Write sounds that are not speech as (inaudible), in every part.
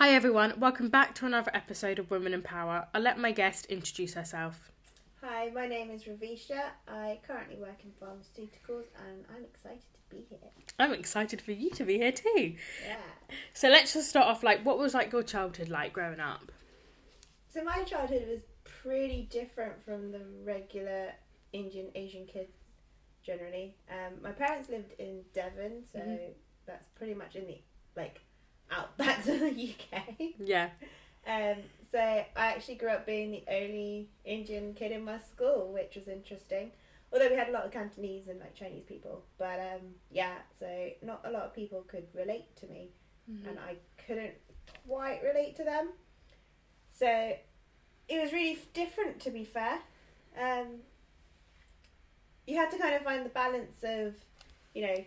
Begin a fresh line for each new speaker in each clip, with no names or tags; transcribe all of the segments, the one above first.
everyone, welcome back to another episode of Women in Power. I'll let my guest introduce herself.
Hi, my name is Ravisha. I currently work in pharmaceuticals and I'm excited to be here.
I'm excited for you to be here too.
Yeah.
So let's just start off like what was like your childhood like growing up?
So my childhood was pretty different from the regular Indian Asian kids generally. Um, my parents lived in Devon, so
Mhm.
that's pretty much in the like (laughs) outback of the UK.
Yeah.
Um, so I actually grew up being the only Indian kid in my school, which was interesting. Although we had a lot of Cantonese and like Chinese people, but um, yeah, so not a lot of people could relate to me,
Mm-hmm.
and I couldn't quite relate to them. So it was really f- different, to be fair. Um, you had to kind of find the balance of, you know,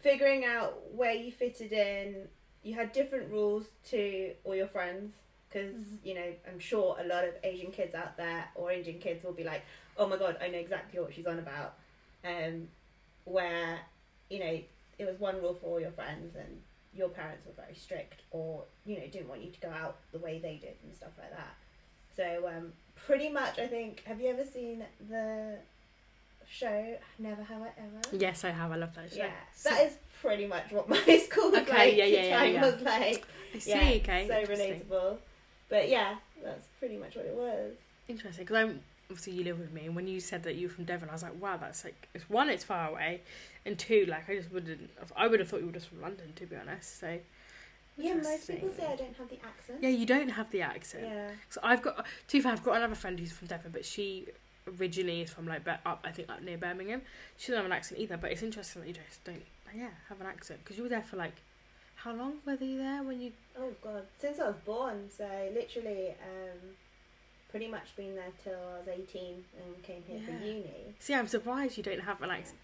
figuring out where you fitted in. You had different rules to all your friends because, you know, I'm sure a lot of Asian kids out there or Indian kids will be like, oh my god, I know exactly what she's on about. Um, where, you know, it was one rule for all your friends and your parents were very strict or, you know, didn't want you to go out the way they did and stuff like that. So, um, pretty much, I think, have you ever seen the show Never Have I Ever?
Yes, I have. I love that show.
Yeah,
So-
that is pretty much what (laughs) my school was
Okay,
like.
yeah, yeah, yeah,
time
yeah.
was like.
I see.
Yeah,
okay.
so
Interesting.
relatable. But yeah, that's pretty much what it was.
Interesting. Because I'm obviously you live with me, and when you said that you were from Devon, I was like, wow, that's like it's one, it's far away, and two, like I just wouldn't. I would have thought you were just from London, to be honest. So
Yeah, most people say I
Interesting.
don't have the accent.
yeah, you don't have the accent.
yeah.
So I've got to be fair, I've got another friend who's from Devon, but she originally is from like Bir- up I think up near Birmingham. She doesn't have an accent either, but it's interesting that you just don't yeah have an accent because you were there for like how long were you there when you
Oh god, since I was born, so literally, um, pretty much been there till I was eighteen and came here
Yeah.
for uni.
see I'm surprised you don't have an accent.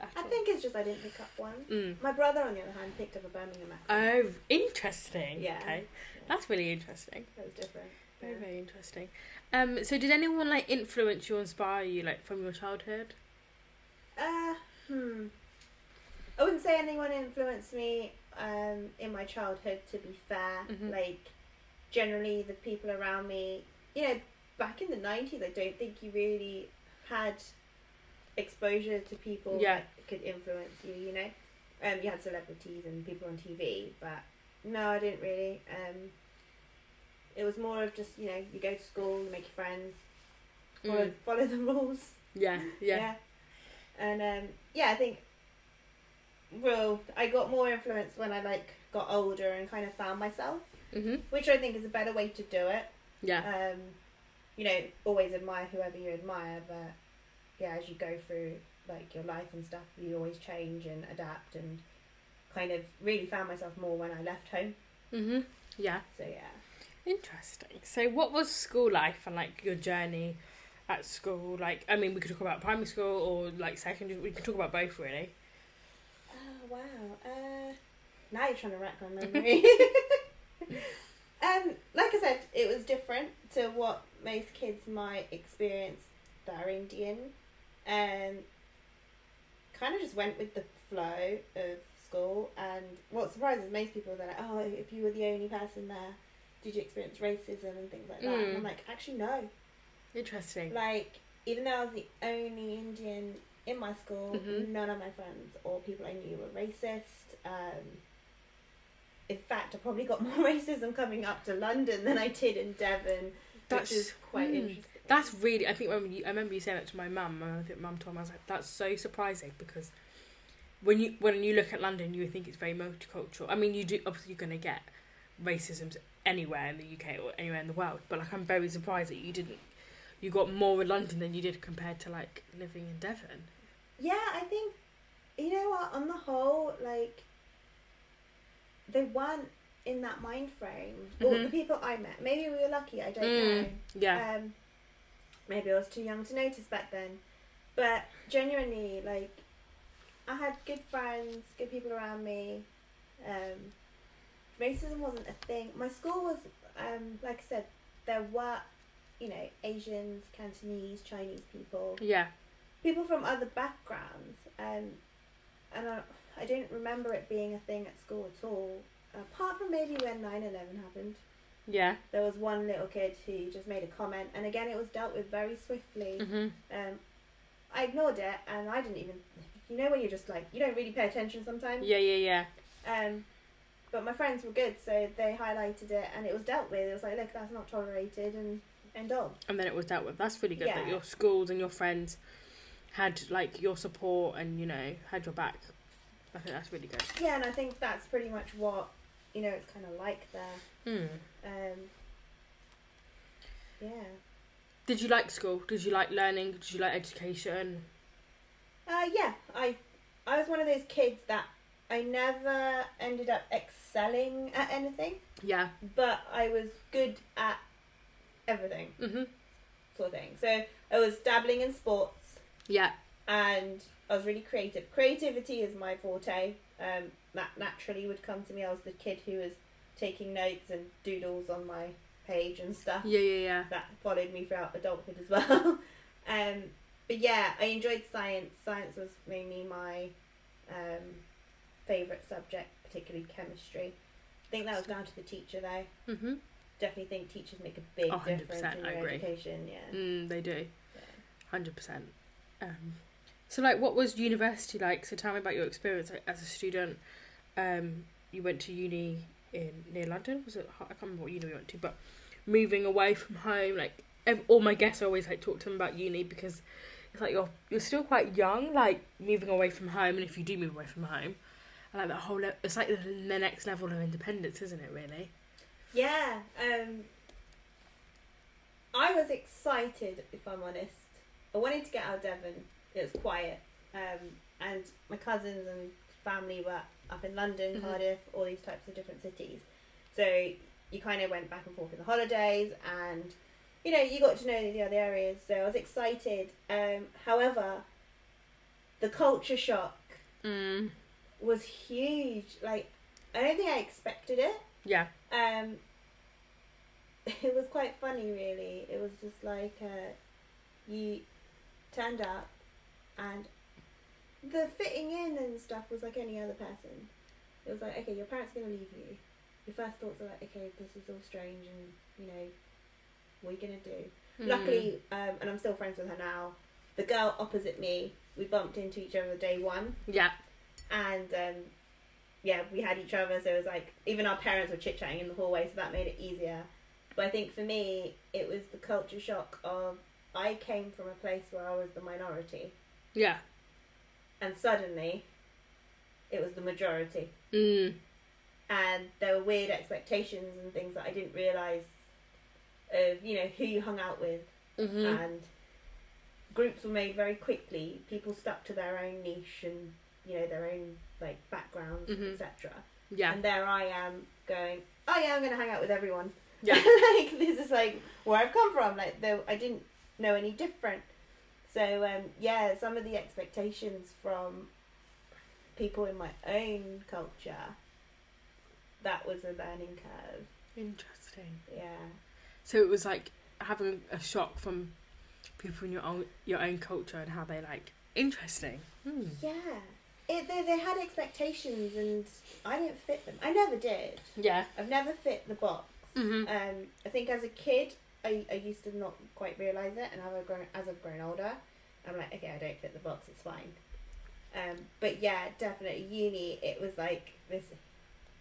At
I
all.
think it's just I didn't pick up one.
Mm.
My brother, on the other hand, picked up a Birmingham accent.
Oh, interesting.
Yeah.
Okay,
Yeah.
Oh, that's really interesting.
That was different.
Very,
Yeah.
very interesting. Um, so did anyone like influence you, or inspire you, like from your childhood?
Uh, hmm. I wouldn't say anyone influenced me um, in my childhood, to be fair.
Mhm.
Like, generally, the people around me, you know, back in the 90s, I don't think you really had exposure to people
Yeah.
that could influence you, you know? Um, you had celebrities and people on TV, but no, I didn't really. Um, it was more of just, you know, you go to school, you make your friends, follow,
Mm.
follow the rules.
Yeah, yeah,
And um, yeah, I think well, I got more influence when I like got older and kind of found myself,
hmm
which I think is a better way to do it.
yeah.
Um, you know, always admire whoever you admire, but yeah, as you go through like your life and stuff, you always change and adapt and kind of really found myself more when I left home.
hmm Yeah.
So yeah.
Interesting. So, what was school life and like your journey at school? Like, I mean, we could talk about primary school or like secondary. We can talk about both, really.
Oh wow. Uh, now you're trying to rack my memory. (laughs) um, like I said, it was different to what most kids might experience that are Indian. Um, kind of just went with the flow of school, and what surprises most people, they're like, "Oh, if you were the only person there, did you experience racism and things like that?" And I'm
Mm.
like, actually, no.
Interesting.
Like, even though I was the only Indian in my school,
Mhm.
none of my friends or people I knew were racist. Um, in fact, I probably got (laughs) more racism coming up to London than I did in Devon,
That's
which is quite
hmm.
interesting.
That's really. I think when you, I remember you saying that to my mum, and I think mum told me I was like, "That's so surprising," because when you when you look at London, you would think it's very multicultural. I mean, you do obviously you're going to get racisms anywhere in the UK or anywhere in the world, but like I'm very surprised that you didn't. You got more in London than you did compared to like living in Devon.
Yeah, I think you know what, on the whole, like they weren't in that mind frame. Or the
Mhm.
people I met. Maybe we were lucky, I don't
Mm,
know.
Yeah.
Um, maybe I was too young to notice back then, but genuinely, like, I had good friends, good people around me. Um, racism wasn't a thing. My school was, um, like I said, there were, you know, Asians, Cantonese, Chinese people,
yeah.
people from other backgrounds, um, and I, I don't remember it being a thing at school at all. apart from maybe when 9-11 happened
Yeah.
there was one little kid who just made a comment and again it was dealt with very swiftly
hmm
um, i ignored it and i didn't even you know when you're just like you don't really pay attention sometimes
Yeah, yeah, yeah.
um, but my friends were good so they highlighted it and it was dealt with it was like look that's not tolerated and end on
And then it was dealt with. That's really good that
Yeah.
your schools and your friends had like your support and you know had your back. I think that's really good.
yeah and i think that's pretty much what you know it's kind of like there
Hmm.
um, yeah
Did you like school? Did you like learning? Did you like education?
Uh, yeah, I, I was one of those kids that I never ended up excelling at anything,
Yeah.
but I was good at everything
Mhm.
sort of thing. So I was dabbling in sports,
Yeah.
and I was really creative. Creativity is my forte. Um, that naturally would come to me. I was the kid who was taking notes and doodles on my page and stuff
Yeah, yeah, yeah.
that followed me throughout adulthood as (laughs) well. um, but yeah, I enjoyed science. Science was mainly my um, favourite subject, particularly chemistry. I think that was down to the teacher though.
Mhm.
Definitely think teachers make a big
Oh, 100%,
difference in
I
your
agree.
education. Yeah.
Mm, they do.
Yeah.
Hundred percent. Um, so, like, what was university like? So, tell me about your experience like, as a student. Um, you went to uni in near London. Was it? I can't remember what uni we went to, but moving away from home, like, ev- all my guests I always like talk to them about uni because it's like you're you're still quite young, like moving away from home, and if you do move away from home, and like that whole le- it's like the, the next level of independence, isn't it? Really?
Yeah. Um, I was excited, if I'm honest. I wanted to get out of Devon. It was quiet, um, and my cousins and family were up in London,
Mhm.
Cardiff, all these types of different cities. So you kind of went back and forth in the holidays, and you know you got to know the other areas. So I was excited. Um, however, the culture shock
Mm.
was huge. Like I don't think I expected it
Yeah.
um (laughs) it was quite funny really it was just like uh you turned up and the fitting in and stuff was like any other person it was like okay your parents are gonna leave you your first thoughts are like okay this is all strange and you know what are you gonna do
Hmm.
luckily um and i'm still friends with her now the girl opposite me we bumped into each other day one
Mm. Yeah.
and um, yeah, we had each other, so it was like even our parents were chit chatting in the hallway, so that made it easier. But I think for me, it was the culture shock of I came from a place where I was the minority,
Yeah.
and suddenly it was the majority,
Mm.
and there were weird expectations and things that I didn't realize of you know who you hung out with,
Mm-hmm.
and groups were made very quickly. People stuck to their own niche and you know their own like backgrounds,
Mhm.
etc.
yeah.
And there I am going, oh yeah, I'm going to hang out with everyone.
Yeah.
(laughs) like, this is like where I've come from. Like, though I didn't know any different. So, um, yeah, some of the expectations from people in my own culture, that was a learning curve.
Interesting.
Yeah.
So it was like having a shock from people in your own your own culture and how they like interesting. Hmm.
Yeah. It, they, they had expectations and I didn't fit them. I never did.
Yeah.
I've never fit the box.
Mhm.
Um, I think as a kid, I, I used to not quite realise it, and as I've grown, as I've grown older, I'm like, okay, I don't fit the box, it's fine. Um, but yeah, definitely uni, it was like this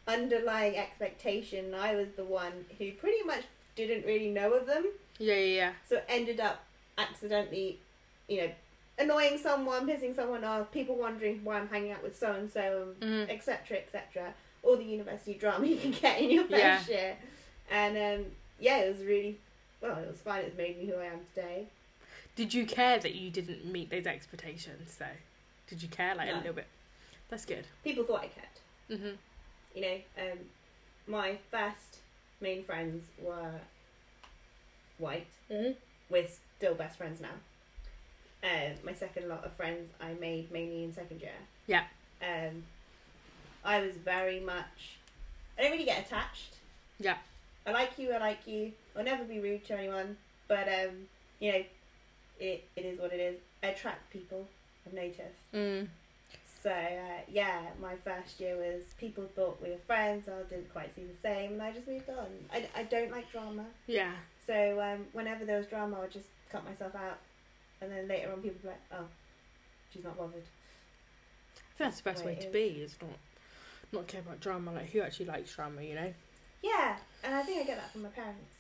underlying expectation. I was the one who pretty much didn't really know of them,
Yeah. Yeah. Yeah.
so ended up accidentally, you know, annoying someone, pissing someone off, people wondering why I'm hanging out with so and so,
Mm.
etc., etc. All the university drama you can get in your
Yeah.
first year, and um, yeah, it was really well. It was fine. It's made me who I am today.
Did you care that you didn't meet those expectations? though? did you care like a
No.
little bit? That's good.
People thought I cared.
Mhm.
You know, um, my first main friends were white.
Mhm.
We're still best friends now. Um, my second lot of friends I made mainly in second year.
Yeah.
Um, I was very much. I don't really get attached.
Yeah.
I like you. I like you. I'll never be rude to anyone. But um, you know, it it is what it is. I attract people. I've noticed.
Mm.
So uh, yeah, my first year was people thought we were friends. I didn't quite see the same, and I just moved on. I, I don't like drama,
Yeah.
so um, whenever there was drama, I would just cut myself out, and then later on, people would be like, "Oh, she's not bothered."
I think that's the best
Way
way
it
to
is.
be. Is not not care about drama. Like who actually likes drama? You know.
Yeah, and I think I get that from my parents.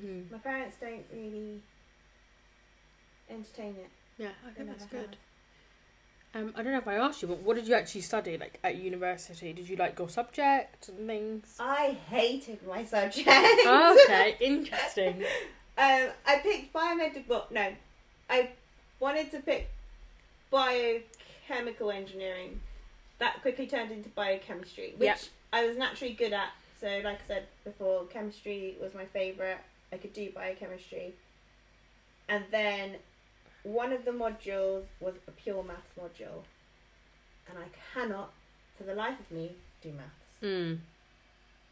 Mm.
My parents don't really entertain it.
Yeah, I
They
think that's
never
good. Um, I don't know if I asked you, but what did you actually study? Like at university, did you like your subject and things?
have. I hated my subject. (laughs)
okay, interesting.
Um, I picked biomedical. Well, no, I wanted to pick biochemical engineering. That quickly turned into biochemistry, which
Yep.
I was naturally good at. So, like I said before, chemistry was my favorite. I could do biochemistry, and then one of the modules was a pure maths module, and I cannot, for the life of me, do maths
Mm.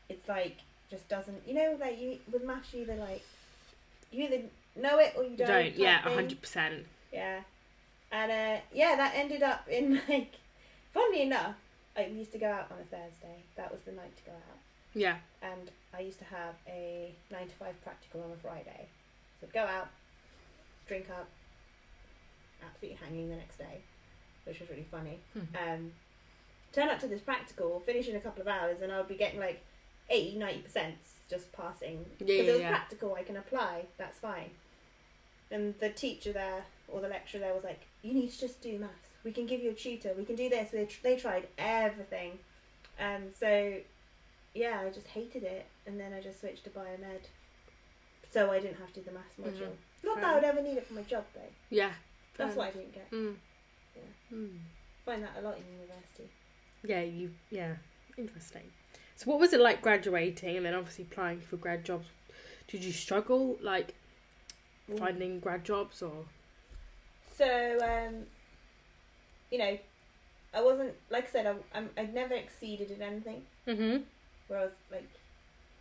it's like just doesn't you know like you with maths you either like you either know it or you don't,
Don't. yeah,
type thing.
hundred percent.
yeah and uh yeah that ended up in (laughs) like funnily enough like we used to go out on a thursday that was the night to go out
Yeah.
and i used to have a nine to five practical on a friday so I'd go out drink up absolutely hanging the next day which was really funny
Hmm.
um, turn up to this practical, finish in a couple of hours, and I'll be getting like 80 90 percent just passing
Yeah,
because
yeah,
it was
yeah.
practical. I can apply. That's fine. And the teacher there or the lecturer there was like, "You need to just do maths. We can give you a tutor. We can do this." They tr- they tried everything, um, so yeah, I just hated it, and then I just switched to biomed, so I didn't have to do the maths module.
Mhm.
Not
Fair
that I would ever need it for my job though.
Yeah.
That's
Fair
what I didn't get.
Mm.
Yeah.
Mm.
Find that a lot in university.
Yeah, you. Yeah, interesting. So, what was it like graduating and then obviously applying for grad jobs? Did you struggle like
Ooh.
finding grad jobs or?
So, um, you know, I wasn't like I said. I, I'm, I'd never exceeded in anything
Mm-hmm.
where I was like,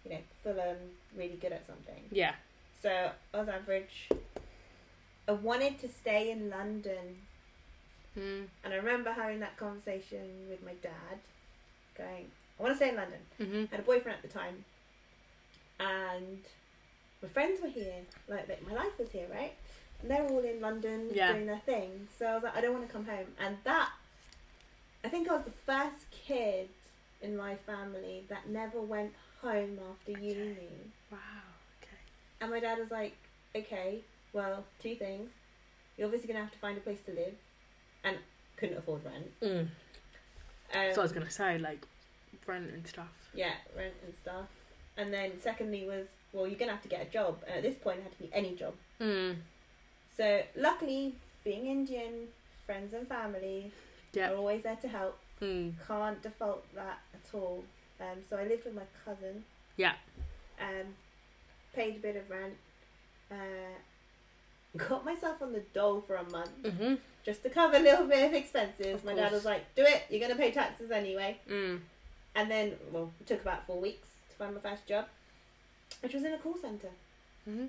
you know, full on really good at something.
Yeah.
So I was average. I wanted to stay in London,
Mm.
and I remember having that conversation with my dad, going, "I want to stay in London."
Mm-hmm.
I had a boyfriend at the time, and my friends were here. Like, like, my life was here, right? And they're all in London
Yeah.
doing their thing. So I was like, I don't want to come home. And that, I think I was the first kid in my family that never went home after uni.
Wow.
And my dad was like, okay, well, two things. You're obviously going to have to find a place to live, and couldn't afford rent.
Okay. Mm.
Um,
so I was gonna say like rent and stuff.
Yeah, rent and stuff. And then secondly was, well, you're gonna have to get a job. And at this point, it had to be any job.
Mm.
So luckily, being Indian, friends and family
Yeah.
are always there to help.
Mm.
Can't default that at all. Um, so I lived with my cousin.
Yeah.
Um, paid a bit of rent. Uh, got myself on the dole for a month
Mm-hmm.
just to cover a little bit of expenses.
Of
my dad
course.
was like, "Do it. You're gonna pay taxes anyway."
Mm.
And then, well, it took about four weeks to find my first job, which was in a call centre.
Mm-hmm.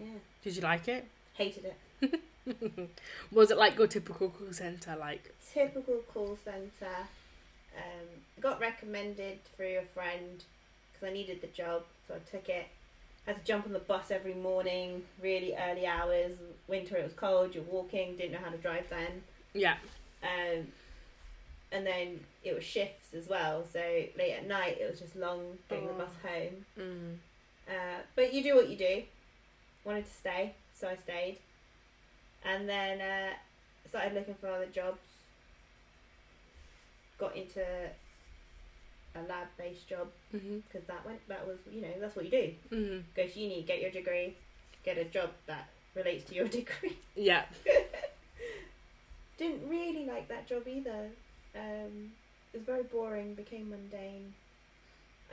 Yeah.
Did you like it?
Hated it.
(laughs) was it like your typical call center? Like,
Typical call centre. Um, got recommended through a friend because I needed the job, so I took it. Had to jump on the bus every morning, really early hours. Winter, it was cold, you're walking, didn't know how to drive then.
yeah.
Um, and then it was shifts as well, so late at night, it was just long getting the
Oh.
bus home.
Mm.
Uh, but you do what you do. Wanted to stay, so I stayed. And then uh, started looking for other jobs. Got into a lab-based job
Mm-hmm.
because that went. That was you know that's what you do.
Mm.
Go to uni, get your degree, get a job that relates to your (laughs) degree.
Yeah.
Didn't really like that job either. Um, it was very boring. Became mundane.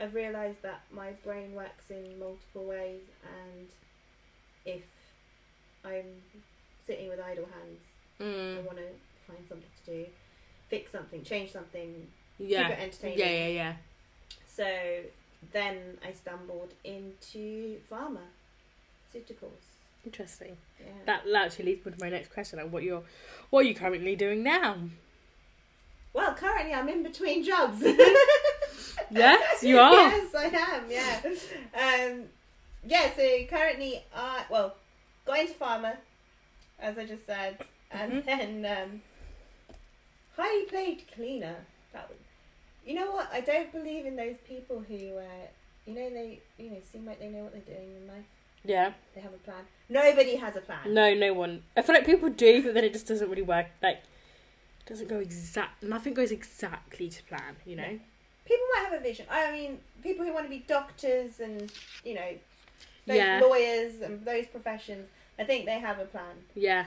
I've realised that my brain works in multiple ways, and if I'm sitting with idle hands, I
Mm.
want to find something to do, fix something, change something, keep
Yeah.
it
Yeah.
entertaining.
Yeah. Yeah.
So then I stumbled into pharmaceuticals.
Interesting.
Yeah.
That actually leads me to my next question. Like, what you're, what are you currently doing now?
Well, currently I'm in between jobs.
(laughs) Yes, you are.
yes, I am. Yeah. Um, yeah. So currently, I well got into farmer, as I just said,
Mm-hmm.
and then um, highly played cleaner. That was, you know what? I don't believe in those people who, uh, you know, they you know seem like they know what they're doing in life.
Yeah.
They have a plan. Nobody has a plan.
No, no one. I feel like people do, but then it just doesn't really work. Like, doesn't go exact. Nothing goes exactly to plan. You know.
People might have a vision. I mean, people who want to be doctors and you know, those
Yeah.
lawyers and those professions. I think they have a plan.
Yeah.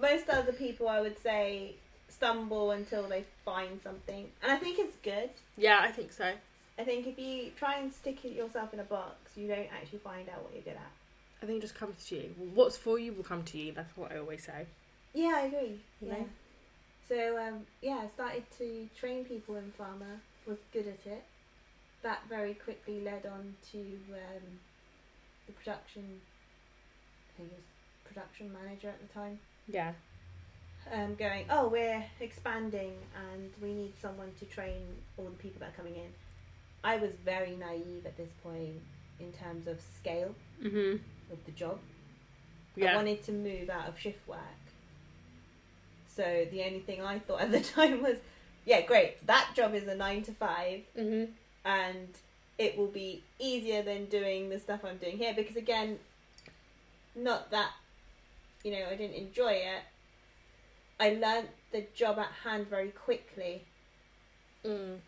most other people I would say stumble until they find something. And I think it's good.
Yeah, I think so.
I think if you try and stick it yourself in a box, you don't actually find out what you're good at.
I think it just comes to you. What's for you will come to you. That's what I always say.
Yeah, I agree. Yeah.
Yeah.
So um, yeah, I started to train people in pharma. Was good at it. That very quickly led on to um, the production. I think it was production manager at the time.
Yeah.
um, going, oh, we're expanding and we need someone to train all the people that are coming in. I was very naive at this point in terms of scale
Mhm.
of the job. I
Yeah.
wanted to move out of shift work. So the only thing I thought (laughs) at the time was, yeah, great, that job is a nine to five
Mhm.
and it will be easier than doing the stuff I'm doing here because again, not that you know I didn't enjoy it. I learnt the job at hand very quickly,
Mm.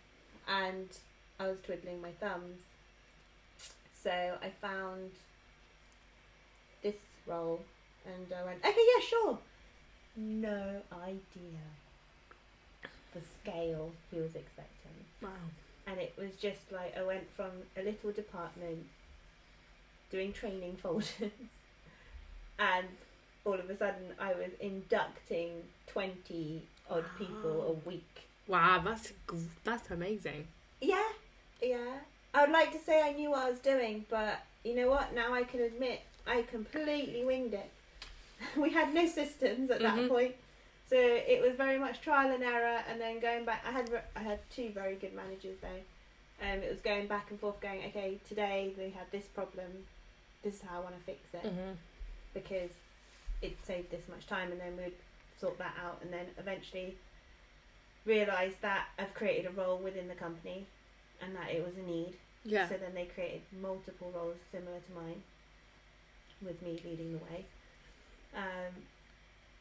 and I was twiddling my thumbs. So I found this role, and I went, okay, yeah, sure. No idea the scale he was expecting
Wow.
and it was just like I went from a little department doing training (laughs) folders, and all of a sudden I was inducting twenty odd people a week.
Wow. That's gr- that's amazing.
Yeah, yeah. I would like to say I knew what I was doing, but you know what? Now I can admit I completely winged it. (laughs) we had no systems at
Mhm.
that point, so it was very much trial and error, and then going back. I had I had two very good managers though. Um, it was going back and forth, going okay. Today they had this problem. This is how I want to fix it
Mhm.
because it saved this much time and then we'd sort that out and then eventually realise that I've created a role within the company and that it was a need.
Yeah.
So then they created multiple roles similar to mine with me leading the way. Um,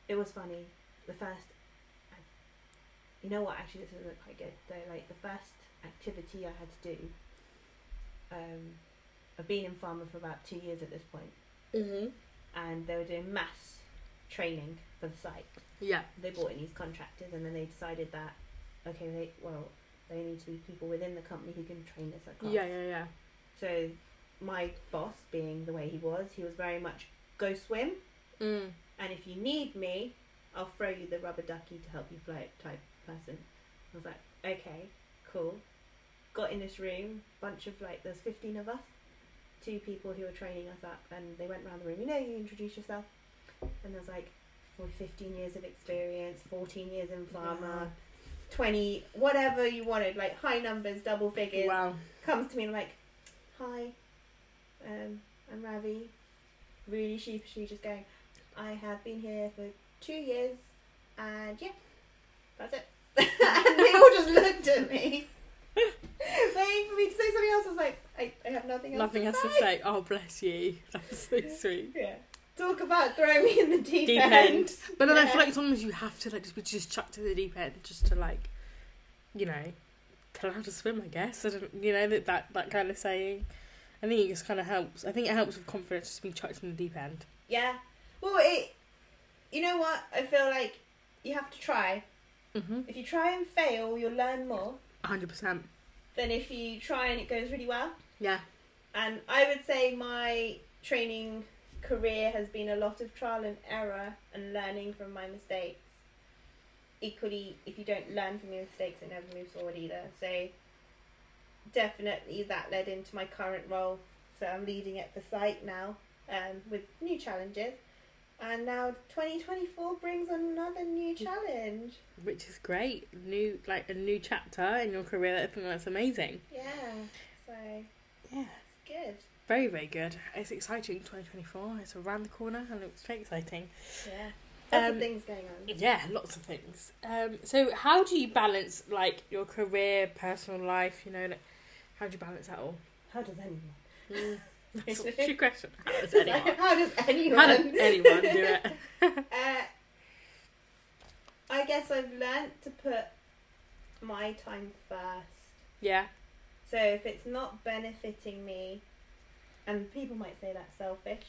it was funny. The first, you know what, actually this isn't quite good though. Like the first activity I had to do, um, I've been in pharma for about two years at this point
Mhm.
and they were doing mass training for the site.
Yeah.
They brought in these contractors, and then they decided that okay, they, well, they need to be people within the company who can train us at class.
Yeah. Yeah. Yeah.
So my boss, being the way he was, he was very much go swim,
Mm.
and if you need me, I'll throw you the rubber ducky to help you float type person. I was like, okay, cool. Got in this room, bunch of like, there's 15 of us, two people who were training us up, and they went around the room, you know, you introduce yourself. And there's like, well, 15 years of experience, 14 years in pharma, 20, whatever you wanted, like high numbers, double figures
Wow.
comes to me and I'm like, "Hi, um, I'm Ravi." Really sheepishly, just going, "I have been here for two years, and yeah, that's it." (laughs) and they all just looked at me. (laughs) Waiting for me to say something else. I was like, "I, I have nothing else."
Nothing
to
else to
say.
say. Oh, bless you. (laughs) That's so sweet.
Yeah. Talk about throwing me in the deep,
Deep
end.
end. But then I
Yeah.
feel like sometimes you have to like just be just chucked to the deep end just to like, you know, to learn how to swim. I guess I don't, you know that that, that kind of saying. I think it just kind of helps. I think it helps with confidence just being chucked in the deep end.
Yeah. Well, it. You know what? I feel like you have to try.
Mhm.
If you try and fail, you'll learn more
hundred percent.
than if you try and it goes really well.
Yeah.
and I would say my training career has been a lot of trial and error and learning from my mistakes. Equally, if you don't learn from your mistakes, it never moves forward either. So, definitely that led into my current role. So, I'm leading it for site now um, with new challenges. And now 2024 brings another new challenge.
which is great. New like a new chapter in your career. I think that's amazing.
Yeah, so it's
Yeah,
good.
very very good. It's exciting. Twenty twenty four. It's around the corner and it's very exciting.
Yeah, lots
Um,
of things going on.
Yeah, lots of things. Um, so how do you balance like your career, personal life? You know, like, how do you balance that all? Mm.
How does anyone?
(laughs)
(laughs)
That's a good question. (laughs) How does
It's like,
anyone?
How does anyone? (laughs)
How does anyone do it? (laughs)
uh, I guess I've learnt to put my time first.
Yeah,
So if it's not benefiting me, and people might say that's selfish,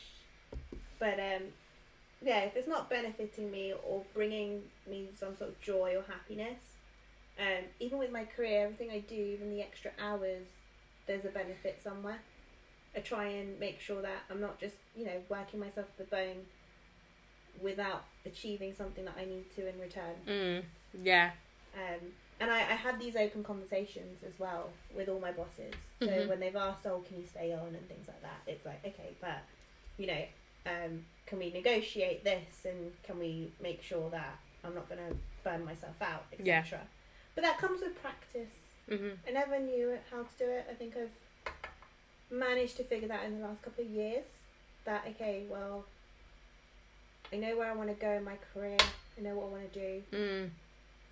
but um, yeah, if it's not benefiting me or bringing me some sort of joy or happiness, um, even with my career, everything I do, even the extra hours, there's a benefit somewhere. I try and make sure that I'm not just you know working myself to the bone without achieving something that I need to in return.
mm, yeah,
Um, and I, I had these open conversations as well with all my bosses. So
Mhm.
when they've asked, "Oh, can you stay on?" and things like that, it's like, okay, but you know, um, can we negotiate this, and can we make sure that I'm not going to burn myself out, etc.
Yeah.
But that comes with practice.
hmm
I never knew how to do it. I think I've managed to figure that in the last couple of years. That okay, well, I know where I want to go in my career. I know what I want to do
mm,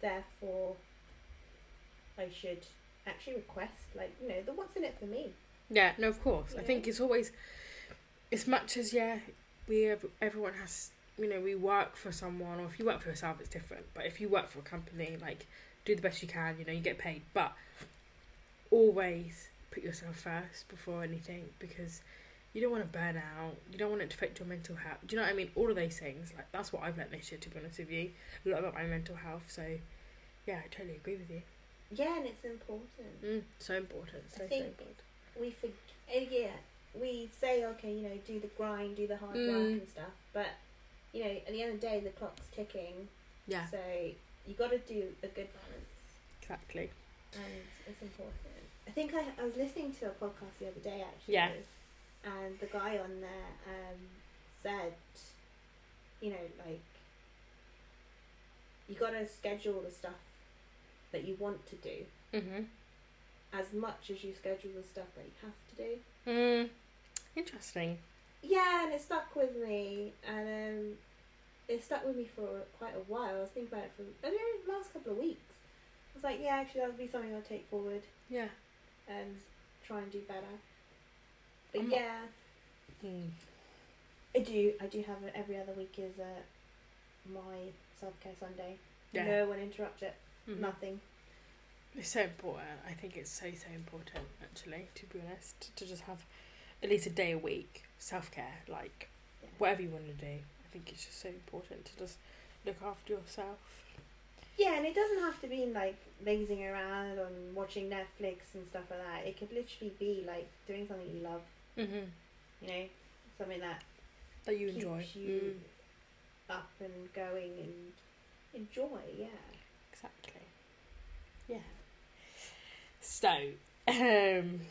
therefore I should actually request like you know the what's in it for me
yeah. No, of course. I
Yeah.
think it's always as much as yeah, we ev- everyone has you know we work for someone, or if you work for yourself, it's different. But if you work for a company, like do the best you can. You know, you get paid, but always put yourself first before anything because you don't want to burn out. You don't want it to affect your mental health. Do you know what I mean? All of those things. Like that's what I've learned this year, to be honest with you. A lot about my mental health. So yeah, I totally agree with you.
yeah and it's important
Mm, so important. So,
I think-
so important.
we for eh, yeah we say okay you know do the grind do the hard work
Mm.
and stuff but you know at the end of the day the clock's ticking
Yeah.
so you got to do a good balance
Exactly.
and it's important I think I, I was listening to a podcast the other day actually
Yeah.
and the guy on there um, said you know like you got to schedule the stuff that you want to do
Mm-hmm.
as much as you schedule the stuff that you have to do.
Mm, interesting.
Yeah, and it stuck with me, and um, it stuck with me for quite a while. I was thinking about it for I don't know, the last couple of weeks. I was like, yeah, actually, that would be something I'll take forward
Yeah.
and try and do better. But
I'm not-
yeah,
Hmm.
I do. I do have a, every other week is uh, my self care Sunday.
Yeah.
No one interrupts it.
Mhm.
Nothing.
It's so important. I think it's so so important actually. To be honest, to just have at least a day a week self care, like
Yeah.
whatever you want to do. I think it's just so important to just look after yourself.
Yeah, and it doesn't have to be like lazing around and watching Netflix and stuff like that. It could literally be like doing something you love,
Mm-hmm.
you know, something that
That you
keeps
enjoy.
you
Mm,
up and going and enjoy. Yeah.
exactly. Yeah. So, um,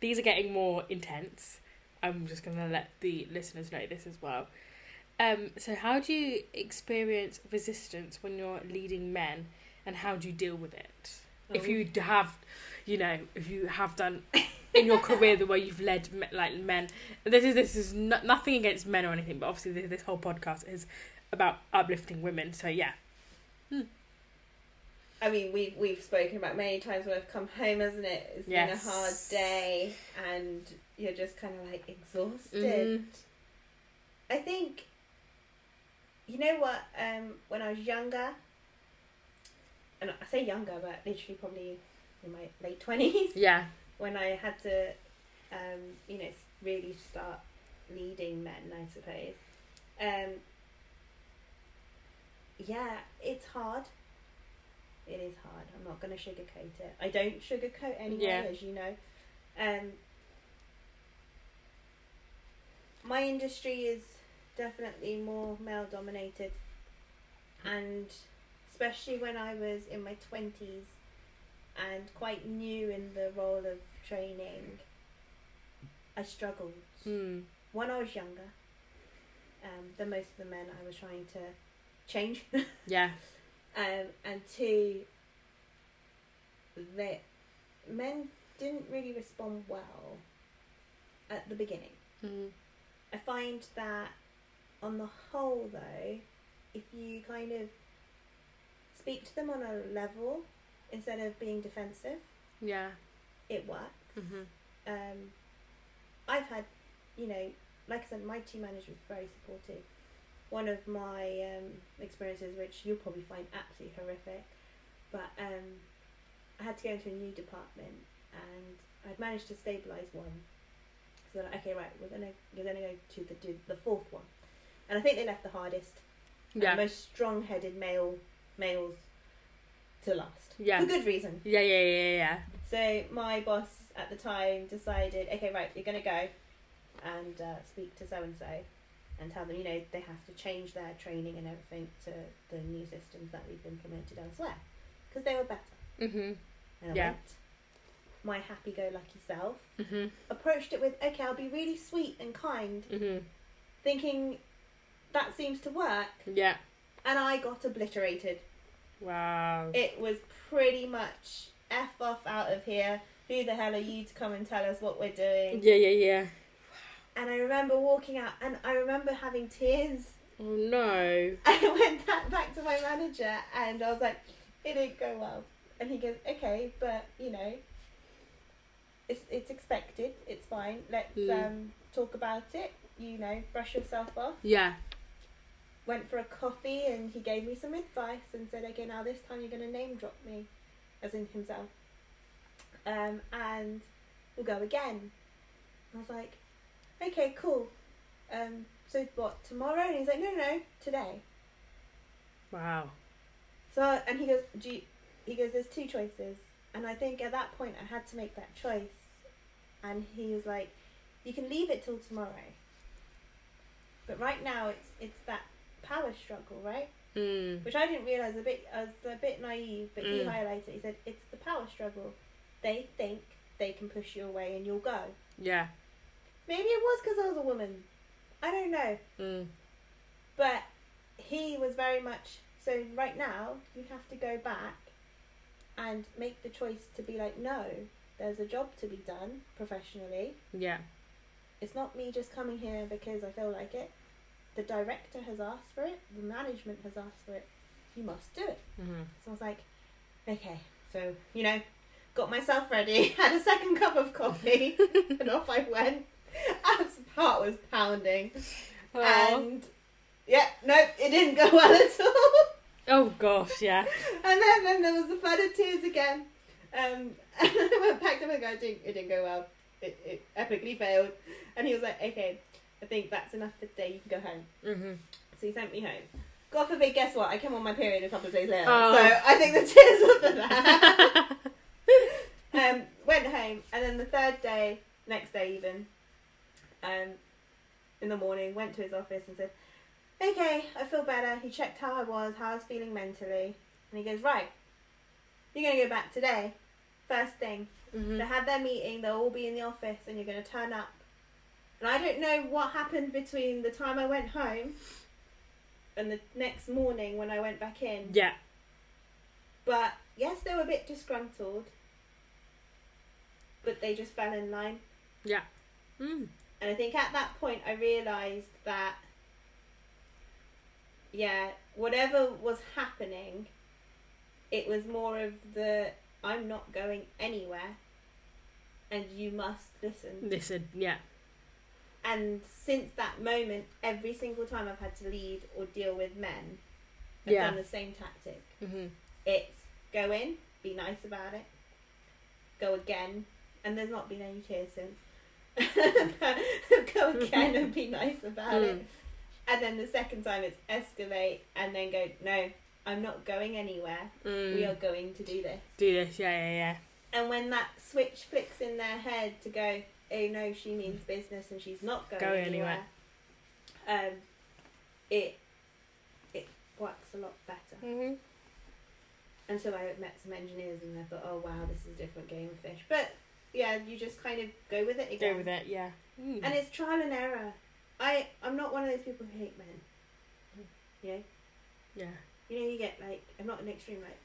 these are getting more intense. I'm just going to let the listeners know this as well. Um, so, how do you experience resistance when you're leading men, and how do you deal with it? If you d- have, you know, if you have done in your career the way you've led me- like men, and this is this is no, nothing against men or anything, but obviously this, this whole podcast is about uplifting women. So yeah,
I mean, we've we've spoken about many times when I've come home, hasn't it? It's
Yes.
been a hard day, and you're just kind of like exhausted.
Mhm.
I think. You know what? Um, when I was younger, and I say younger, but literally probably in my late twenties,
yeah,
when I had to, um, you know, really start leading men, I suppose. Um, yeah, it's hard. It is hard. I'm not going to sugarcoat it. I don't sugarcoat anyway,
Yeah.
as you know. Um, my industry is definitely more male dominated, and especially when I was in my twenties and quite new in the role of training, I struggled
mm.
when I was younger. um, than most of the men I was trying to change. (laughs)
Yeah.
um, and two, that men didn't really respond well at the beginning.
Mm.
I find that on the whole, though, if you kind of speak to them on a level instead of being defensive,
Yeah.
it works.
Mm-hmm.
Um, I've had, you know, like I said, my team manager was very supportive. One of my um, experiences, which you'll probably find absolutely horrific, but um, I had to go into a new department and I'd managed to stabilise one. So they're like, okay, right, we're gonna you're gonna go to the do the fourth one, and I think they left the hardest, and
Yeah.
most strong-headed male males to last
Yeah.
for good reason.
Yeah. Yeah. Yeah. Yeah.
So my boss at the time decided, okay, right, you're going to go and uh, speak to so and so and tell them, you know, they have to change their training and everything to the new systems that we've implemented elsewhere because they were better.
yeah. Mhm.
And I
Yeah.
went. My happy-go-lucky self
Mhm.
approached it with, okay, I'll be really sweet and kind,
Mhm.
thinking that seems to work,
Yeah.
and I got obliterated.
Wow.
It was pretty much f off out of here. Who the hell are you to come and tell us what we're doing?
Yeah. Yeah. Yeah.
And I remember walking out, and I remember having tears. (laughs)
Oh no.
I went back, back to my manager, and I was like, "It didn't go well." And he goes, "Okay, but you know, it's it's expected. It's fine. Let's
Mm.
um, talk about it. You know, brush yourself off."
Yeah.
Went for a coffee, and he gave me some advice and said, "Okay, now this time you're going to name drop me, as in himself, um, and we'll go again." I was like, okay, cool. Um, so what, tomorrow? And he's like, no, no, no, today.
Wow.
So, and he goes, do you, he goes, there's two choices. And I think at that point I had to make that choice. And he was like, you can leave it till tomorrow. But right now it's, it's that power struggle, right?
Mm.
Which I didn't realise a bit, I was a bit naive, but he
Mm.
highlighted, he said, it's the power struggle. They think they can push you away and you'll go.
Yeah.
Maybe it was because I was a woman. I don't know.
Mm.
But he was very much so. Right now, you have to go back and make the choice to be like, no, there's a job to be done professionally.
Yeah.
It's not me just coming here because I feel like it. The director has asked for it. The management has asked for it. You must do it.
(laughs) Mm-hmm.
So I was like, okay. So you know, got myself ready. (laughs) Had a second cup of coffee, (laughs) and off I went. Ab's heart was pounding. And yeah, nope, it didn't go (laughs) well at all.
oh gosh. Yeah.
(laughs) and then, then there was a flood of tears again. Um, (laughs) and I went back to him and go, it didn't, it didn't go well. It, it epically failed. And he was like, okay, I think that's enough for today. You can go home.
Mm-hmm. (laughs)
So he sent me home. God forbid, guess what? I came on my period a couple of days later.
Oh.
So I think the (laughs) tears were for that.
(laughs) Mm-hmm.
um, went home, and then the third day, next day even, um, in the morning, went to his office and said, "Okay, I feel better." He checked how I was, how I was feeling mentally, and he goes, "Right, you're gonna go back today. First thing,
hmm
they had their meeting. They'll all be in the office, and you're gonna turn up." And I don't know what happened between the time I went home and the next morning when I went back in.
Yeah.
But yes, they were a bit disgruntled, but they just fell in line.
Mm.
And I think at that point, I realised that, yeah, whatever was happening, it was more of the I'm not going anywhere and you must listen.
Listen. Yeah.
And since that moment, every single time I've had to lead or deal with men, I've
Yeah.
done the same tactic.
Mm-hmm.
It's go in, be nice about it, go again, and there's not been any tears since. (laughs) go again and be nice about it.
Mm.
And then the second time it's escalate and then go, no, I'm not going anywhere.
Mm.
We are going to do this.
Do this. Yeah. Yeah. Yeah.
And when that switch flicks in their head to go, oh no, she means business and she's not going
Go
anywhere,
anywhere.
Um, it it works a lot better.
Mm-hmm.
until I met some engineers and I thought, oh wow, this is a different game of fish. But yeah, you just kind of go with it again.
Go with it. Yeah. Mm.
And it's trial and error. I I'm not one of those people who hate men. You know,
Yeah.
you know, you get like I'm not an extreme. Like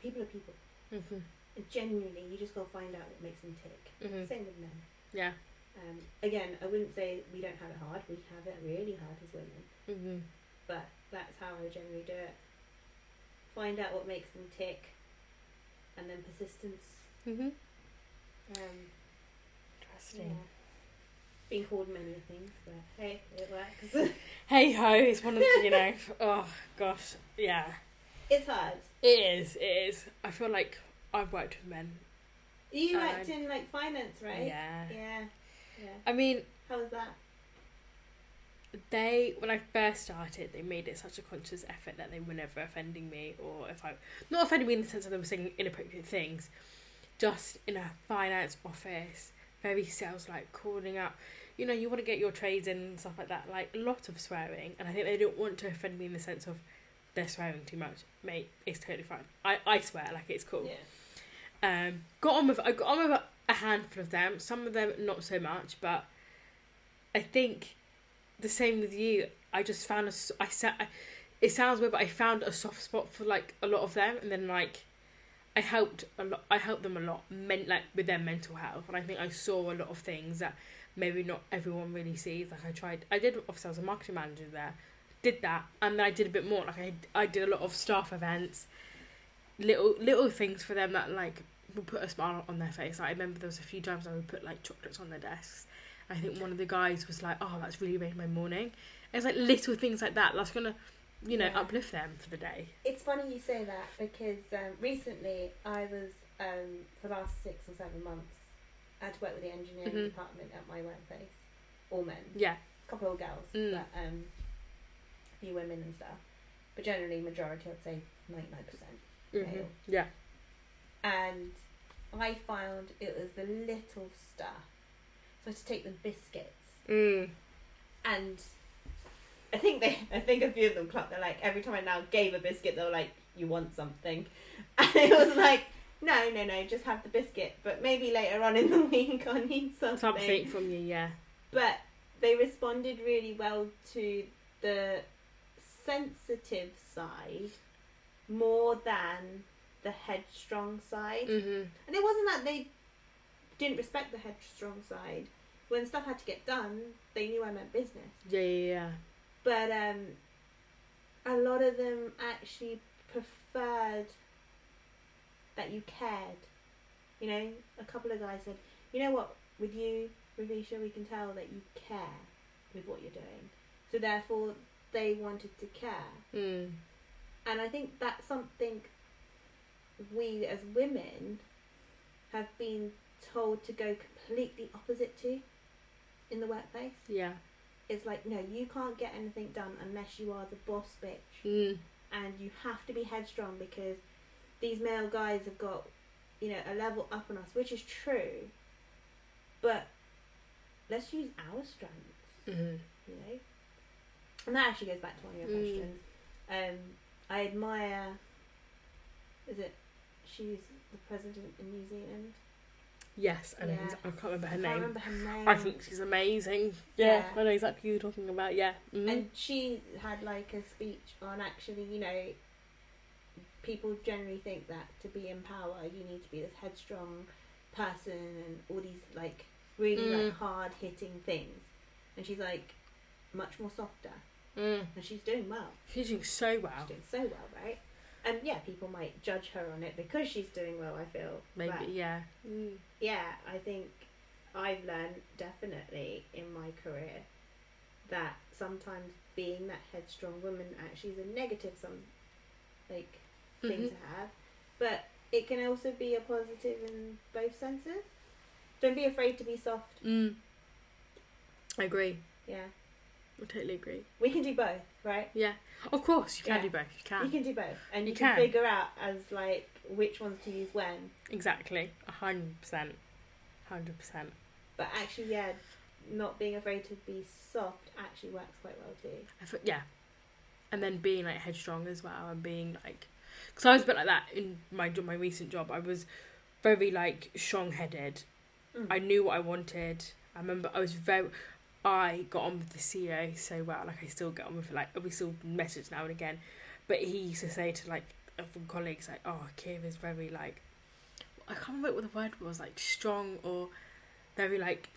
people are people.
Mhm.
And genuinely, you just gotta find out what makes them tick.
Mhm.
Same with men.
Yeah.
Um, again, I wouldn't say we don't have it hard. We have it really hard as women.
Mhm.
but that's how I generally do it. Find out what makes them tick, and then persistence.
Mhm.
Um, yeah.
Interesting.
Being called many things, but hey, it
(laughs)
works.
Hey ho, it's one of the, you know. (laughs) Oh gosh, yeah.
it's hard.
It is. It is. I feel like I've worked with men.
You
Um,
worked in like finance, right?
Yeah.
Yeah. Yeah.
I mean,
How was that?
they when I first started, they made it such a conscious effort that they were never offending me, or if I not offending me in the sense that they were saying inappropriate things, just in a finance office, very sales like calling out, you know, you want to get your trades in and stuff like that, like a lot of swearing, and I think they don't want to offend me in the sense of they're swearing too much, mate. It's totally fine. I I swear, like it's cool.
Yeah.
Um, got on with I got on with a- a handful of them. Some of them not so much, but I think the same with you. I just found a s- I sa- I- it sounds weird, but I found a soft spot for like a lot of them, and then like I helped a lot. I helped them a lot, meant like with their mental health, and I think I saw a lot of things that maybe not everyone really sees. Like I tried, I did. Obviously, I was a marketing manager there, did that, and then I did a bit more. Like I I did a lot of staff events, little little things for them that like would put a smile on their face. Like, I remember there was a few times I would put like chocolates on their desks. I think one of the guys was like, "Oh, that's really made my morning." It's like little things like that that's gonna, you know,
Yeah.
uplift them for the day.
It's funny you say that because um, recently I was um, for the last six or seven months I had to work with the engineering
Mhm.
department at my workplace, all men.
Yeah,
couple of girls,
Mm.
but um, a few women and stuff. But generally, majority, I'd say ninety nine percent.
hmm
Male.
yeah,
And I found it was the little stuff. So I had to take them biscuits,
mm.
and I think they, (laughs) I think a few of them clocked. They're like, every time I now gave a biscuit, they were like, "You want something?" (laughs) And it was like. No, no, no, just have the biscuit. But maybe later on in the (laughs) week I need
something from you. Yeah,
but they responded really well to the sensitive side more than the headstrong side.
hmm
And it wasn't that they didn't respect the headstrong side. When stuff had to get done, they knew I meant business.
yeah, yeah, yeah.
But um, a lot of them actually preferred that you cared. You know, a couple of guys said, you know what, with you, Ravisha, we can tell that you care with what you're doing. So therefore, they wanted to care.
Mm.
And I think that's something we as women have been told to go completely opposite to in the workplace.
yeah,
It's like, no, you can't get anything done unless you are the boss bitch.
mm.
And you have to be headstrong because these male guys have got, you know, a level up on us, which is true. But let's use our strengths,
hmm
you know? And that actually goes back to one of your
Mm.
questions. Um, I admire, is it, she's the president in New Zealand?
yes. I know.
Yeah.
exa- I can't remember her
I
name.
can't remember her name.
I think she's amazing. Yeah,
Yeah.
I know exactly who you're talking about. Yeah, mm.
and she had like a speech on actually you know people generally think that to be in power you need to be this headstrong person and all these like really
Mm.
like hard hitting things and she's like much more softer
Mm.
and she's doing well
she's doing so
she's
well.
doing so well right and yeah people might judge her on it because she's doing well i feel
Maybe,
But
yeah. Mm.
yeah, I think I've learned definitely in my career that sometimes being that headstrong woman actually is a negative some like thing
Mhm.
to have, but it can also be a positive in both senses. Don't be afraid to be soft.
Mm. I agree.
Yeah,
I totally agree.
we can do both, right?
Yeah, of course you can
Yeah.
do both. You can,
You can do both, and
You
you, can,
can.
figure out as like which ones to use when.
exactly. A hundred percent, hundred percent.
But actually, yeah, not being afraid to be soft actually works quite well too.
I thought, yeah, and then being like headstrong as well, and being like, because I was a bit like that in my jo- my recent job. I was very like strong headed.
Mm.
I knew what I wanted. I remember I was very. I got on with the CEO so well. Like I still get on with it. Like we still message now and again. But he used to say to like uh, from colleagues like, "Oh, Kev is very like, I can't remember what the word was like, strong or very like,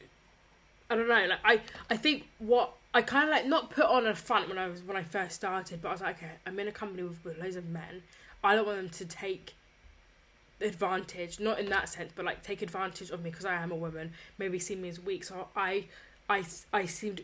I don't know. Like I, I think what I kind of like not put on a front when I was when I first started, but I was like, okay, I'm in a company with, with loads of men. I don't want them to take advantage, not in that sense, but like take advantage of me because I am a woman. Maybe see me as weak. So I, I, I seemed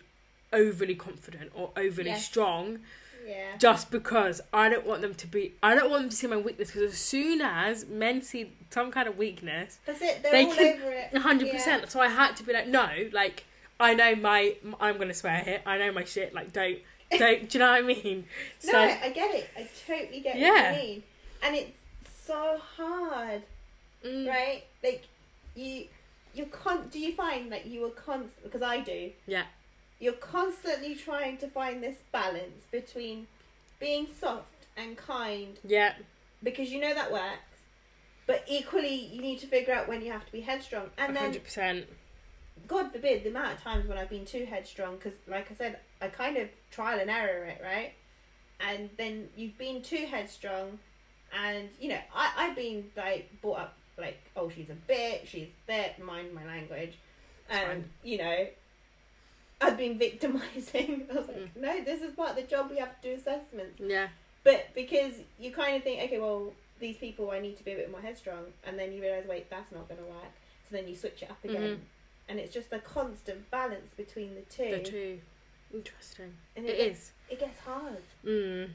overly confident or overly
Yes.
strong
Yeah.
just because I don't want them to be. I don't want them to see my weakness because as soon as men see some kind of weakness,
That's it. They're
They
all
can-
over it.
hundred
Yeah.
percent. So I had to be like, no, like I know my. I'm gonna swear here. I know my shit. Like don't, don't. do you know what I
(laughs)
mean? (laughs) So
No, I get it. I totally get
Yeah.
what you mean. And it's so hard,
mm,
right? Like you, you con. Do you find that you were constant? Because I do.
Yeah.
You're constantly trying to find this balance between being soft and kind
yeah,
because you know that works, but equally you need to figure out when you have to be headstrong. And then
hundred percent.
God forbid the amount of times when I've been too headstrong because, like I said, I kind of trial and error it, right? And then you've been too headstrong, and you know, I, I've been like brought up like, oh, she's a bitch, she's that, mind my language, and
fine.
you know, I've been victimizing. (laughs) I was like,
Mm.
no, this is part of the job, we have to do assessments.
Yeah,
But because you kind of think, okay, well, these people, I need to be a bit more headstrong, and then you realise, wait, that's not going to work. So then you switch it up again,
Mhm.
and it's just a constant balance between the two.
the two. Interesting.
And
It
gets-
is.
It gets hard.
Mm,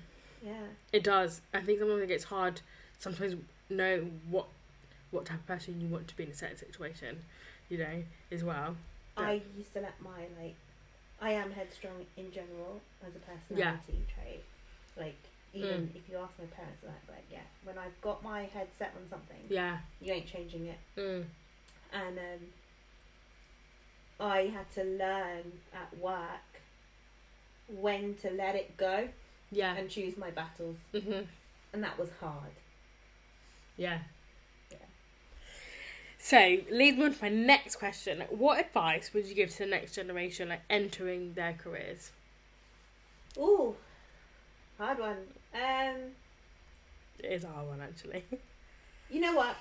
Yeah.
it does. I think sometimes it gets hard. Sometimes know what what type of person you want to be in a certain situation. You know, as well.
I used to let my like, I am headstrong in general as a
Yeah. Mm.
personality trait. Like even if you ask my parents, like, like yeah, when I've got my head set on something,
Yeah.
you ain't changing it.
Mm.
and um, I had to learn at work when to let it go
Yeah.
and choose my battles,
hmm
and that was hard.
Yeah.
Yeah.
So leads me on to my next question. What advice would you give to the next generation like entering their careers?
Ooh, hard one. Um,
It is our one actually. (laughs)
you know what?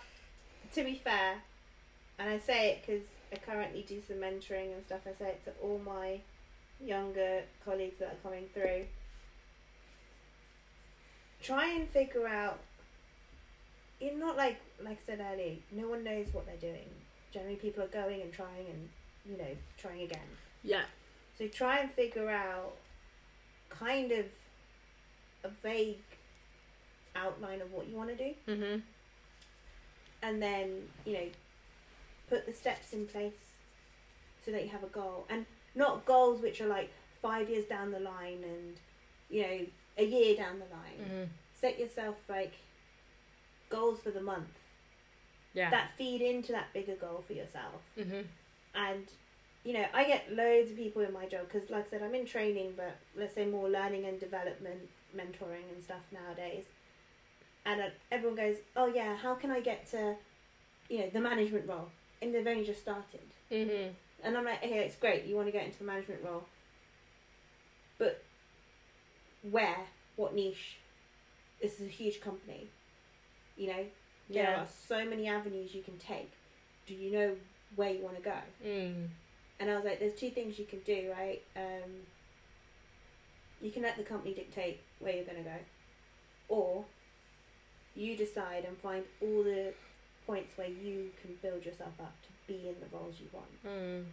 To be fair, and I say it because I currently do some mentoring and stuff. I say it to all my younger colleagues that are coming through. Try and figure out. You're not like like I said earlier. No one knows what they're doing. Generally, people are going and trying and you know trying again.
Yeah.
So try and figure out kind of a vague outline of what you want to do
Mhm.
and then you know put the steps in place so that you have a goal and not goals which are like five years down the line and you know a year down the line
Mhm.
set yourself like goals for the month
Yeah.
that feed into that bigger goal for yourself
Mhm.
and you know i get loads of people in my job because like i said i'm in training but let's say more learning and development mentoring and stuff nowadays and uh, everyone goes oh yeah how can i get to you know the management role and they've only just started
Mhm.
and i'm like okay it's great you want to get into the management role but where what niche this is a huge company you know there
Yeah.
are so many avenues you can take do you know where you want to go
Mm.
and I was like, there's two things you can do, right? Um, you can let the company dictate where you're going to go, or you decide and find all the points where you can build yourself up to be in the roles you want.
Mm.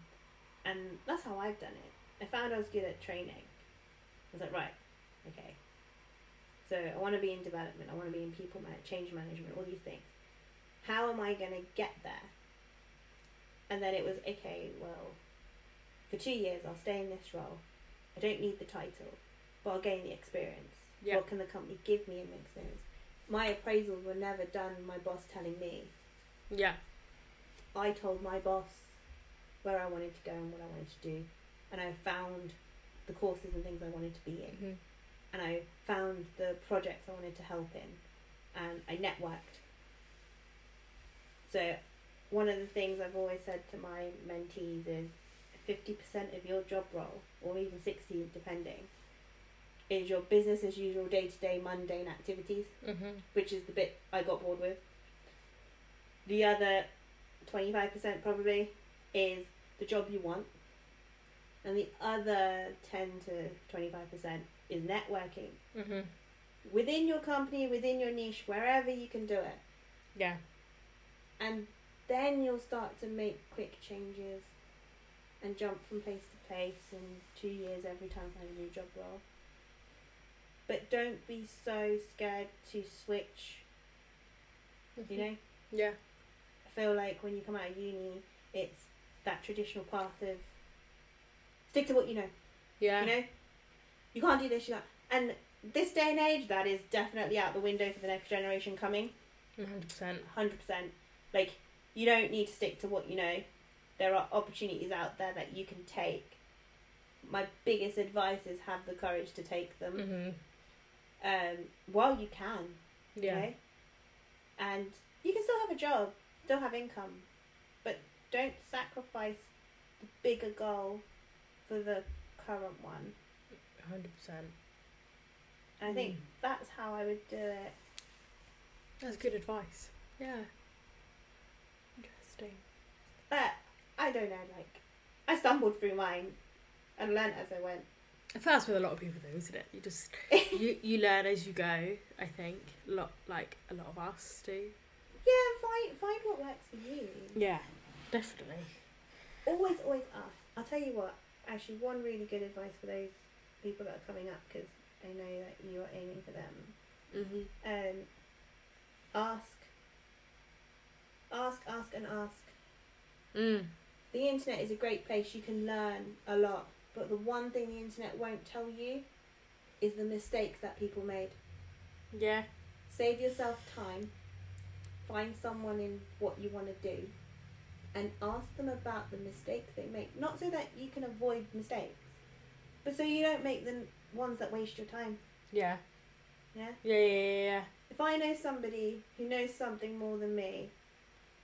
And that's how I've done it. I found I was good at training. I was like, right, okay. So I want to be in development, I want to be in people man- change management, all these things. How am I going to get there? And then it was, okay, well, for two years I'll stay in this role. I don't need the title, but I'll gain the experience.
Yeah.
What can the company give me in the experience? My appraisals were never done, my boss telling me.
Yeah.
I told my boss where I wanted to go and what I wanted to do, and I found the courses and things I wanted to be in,
Mhm.
and I found the projects I wanted to help in, and I networked. So, one of the things I've always said to my mentees is 50% of your job role, or even 60 depending, is your business as usual, day to day, mundane activities,
Mm-hmm.
which is the bit I got bored with. The other 25% probably is the job you want. And the other 10 to 25% is networking
Mm-hmm.
within your company, within your niche, wherever you can do it.
Yeah.
And then you'll start to make quick changes and jump from place to place in two years every time find a new job role. But don't be so scared to switch, you know?
Yeah.
I feel like when you come out of uni, it's that traditional path of stick to what you know.
Yeah.
You know, you can't do this. You can't. And this day and age, that is definitely out the window for the next generation coming.
One hundred percent.
Hundred percent. Like you don't need to stick to what you know. There are opportunities out there that you can take. My biggest advice is have the courage to take them
Mm-hmm.
um, while you can.
Yeah.
You know? And you can still have a job, still have income, but don't sacrifice the bigger goal for the current one.
One hundred percent.
I think
Mm.
that's how I would do it.
That's good advice. Yeah. Interesting.
But I don't know, like I stumbled through mine and learnt as I went.
I think That's with a lot of people though, isn't it? You just
(laughs)
you you learn as you go. I think a lot like a lot of us do.
Yeah, find find what works for you.
Yeah, definitely.
Always, always ask. I'll tell you what. Actually, one really good advice for those people that are coming up because I know that you are aiming for them.
hmm
um, ask, ask, ask, and ask.
Mm.
The internet is a great place. You can learn a lot, but the one thing the internet won't tell you is the mistakes that people made.
Yeah.
Save yourself time. Find someone in what you want to do, and ask them about the mistakes they make. Not so that you can avoid mistakes, but so you don't make the ones that waste your time.
Yeah.
Yeah.
Yeah. Yeah. Yeah. yeah.
If I know somebody who knows something more than me,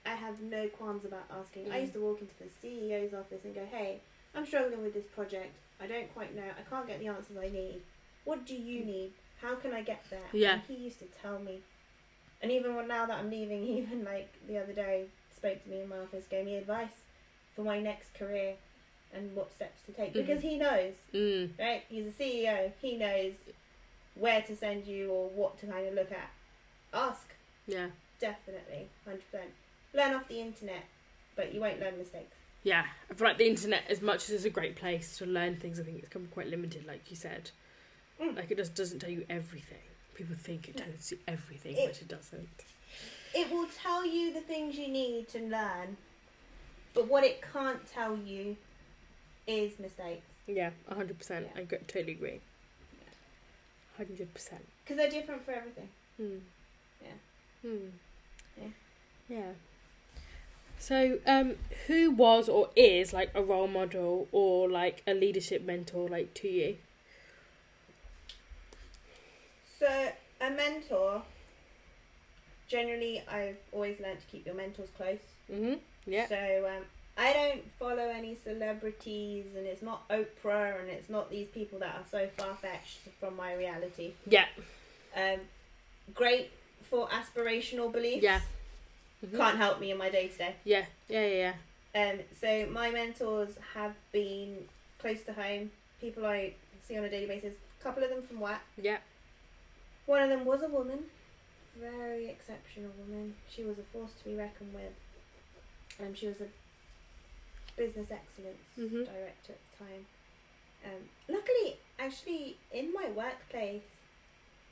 I have no qualms about asking. I
Mhm.
used to walk into the CEO's office and go, "Hey, I'm struggling with this project. I don't quite know. I can't get the answers I need. What do you need? How can I get there?"
Yeah.
And he used to tell me. And even when- now that I'm leaving, (laughs) he even like the other day spoke to me in my office, gave me advice for my next career and what steps to take
Mhm.
because he knows
Mm.
right? He's a CEO. He knows where to send you or what to kind of look at. Ask,
Yeah.
definitely, hundred percent. Learn off the internet, but you won't learn mistakes.
Yeah. I feel like the internet, as much as it's a great place to learn things, I think it's come quite limited, like you said.
Mm.
Like it just doesn't tell you everything. People think it
No.
tells you everything,
It-
but it doesn't.
It will tell you the things you need to learn, but what it can't tell you is mistakes
Yeah, hundred percent.
Yeah.
I go- totally agree. Hundred percent.
because they're different for everything.
Hmm.
Yeah.
Hmm.
Yeah.
Yeah. So, um, who was or is like a role model or like a leadership mentor, like to you?
So a mentor. Generally, I've always learned to keep your mentors close.
Mhm. Yeah.
So um, I don't follow any celebrities, and it's not Oprah, and it's not these people that are so far fetched from my reality.
Yeah.
Um, great for aspirational beliefs.
Yeah. Mhm.
Can't help me in my day to day.
Yeah. Yeah. Yeah.
Um, so my mentors have been close to home, people I see on a daily basis. A couple of them from work.
Yeah.
One of them was a woman, very exceptional woman. She was a force to be reckoned with. Um, she was a business excellence
Mhm.
director at the time. Um, luckily, actually, in my workplace,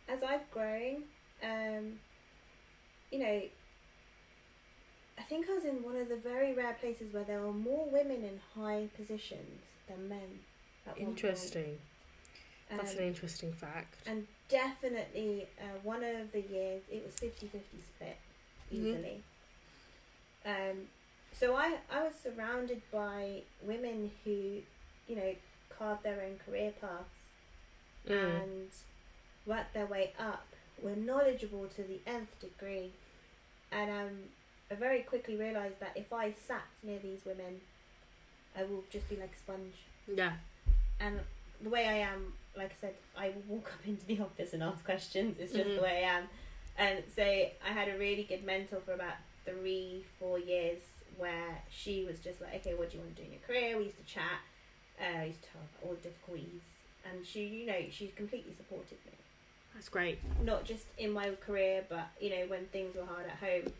as I've grown, um, you know, I think I was in one of the very rare places where there were more women in high positions than men.
Oh,
At one point.
Interesting. That's
Um,
an interesting fact.
and definitely uh, one of the years it was 50 50 split easily um, so I, I was surrounded by women who you know carved their own career paths
Mm.
and worked their way up were knowledgeable to the nth degree and um, i very quickly realized that if i sat near these women I will just be like a sponge.
Yeah.
And the way I am, like I said, I will walk (laughs) up into the office and ask questions. It's just
Mhm.
the way I am. And so I had a really good mentor for about three, four years where she was just like, okay, what do you want to do in your career? We used to chat. Uh, I used to tell her about all the difficulties. And she, you know, she completely supported me
That's great.
not just in my career, but you know, when things were hard at home,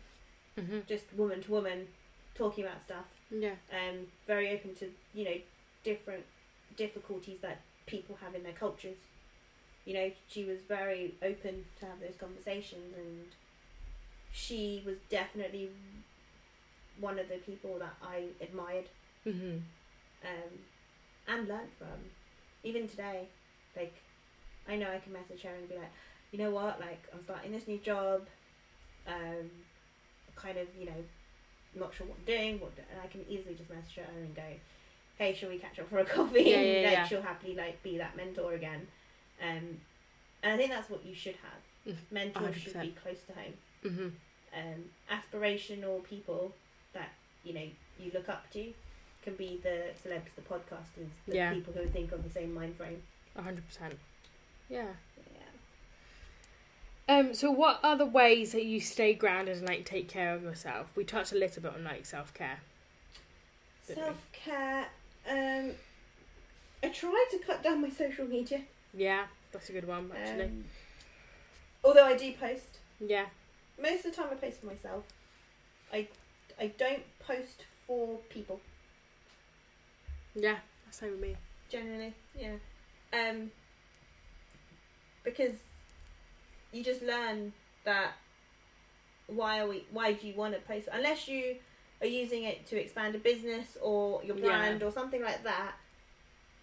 Mm-hmm.
just woman to woman, talking about stuff,
Yeah.
and um, very open to you know different difficulties that people have in their cultures. You know, she was very open to have those conversations, and she was definitely one of the people that I admired
Mm-hmm.
um, and learnt from. Even today, like I know I can message her and be like, you know what, like I'm starting this new job, um, kind of you know, not sure what I'm doing, what, do-" and I can easily just message her and go, hey, shall we catch up for a (laughs) coffee?
Yeah,
and
yeah,
like
yeah.
she'll happily like be that mentor again. Um, and I think that's what you should have.
Mm,
Mentors should be
100%.
close to home
Mm-hmm.
um, aspirational people that you know you look up to can be the celebs, the podcasters, the
Yeah.
people who think on the same mind frame.
A hundred percent. Yeah.
Yeah.
Um. So, what are the ways that you stay grounded and like take care of yourself? We touched a little bit on like self care. Definitely.
Self care. Um, I try to cut down my social media.
Yeah, that's a good one actually.
Um, although I do post
yeah.
most of the time, I post for myself. I I don't post for people.
Yeah. That's same with me.
generally yeah um because you just learn that why are we why do you want to post unless you are using it to expand a business or your
Yeah.
brand or something like that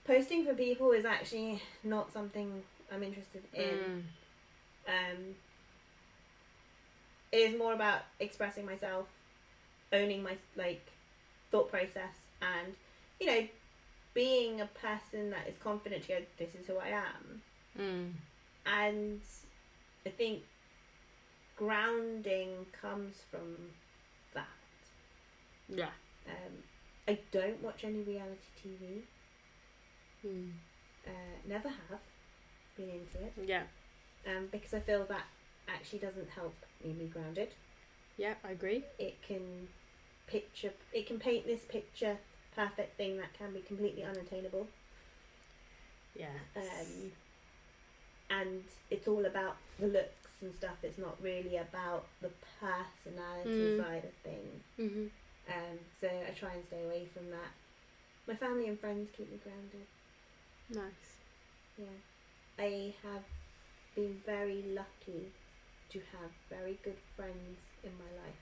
posting for people is actually not something i'm interested in
Mm.
um it is more about expressing myself owning my like thought process and you know being a person that is confident to go this is who i am
Mm.
and i think grounding comes from that
Yeah.
um i don't watch any reality tv
Mm.
uh never have been into it
Yeah.
um because i feel that actually doesn't help me be grounded
Yeah. I agree.
it can picture it can paint this picture perfect thing that can be completely unattainable
Yeah.
um, and it's all about the looks and stuff it's not really about the personality
Mm.
side of things
mm-hmm.
um, so i try and stay away from that my family and friends keep me grounded
Nice.
yeah i have been very lucky to have very good friends in my life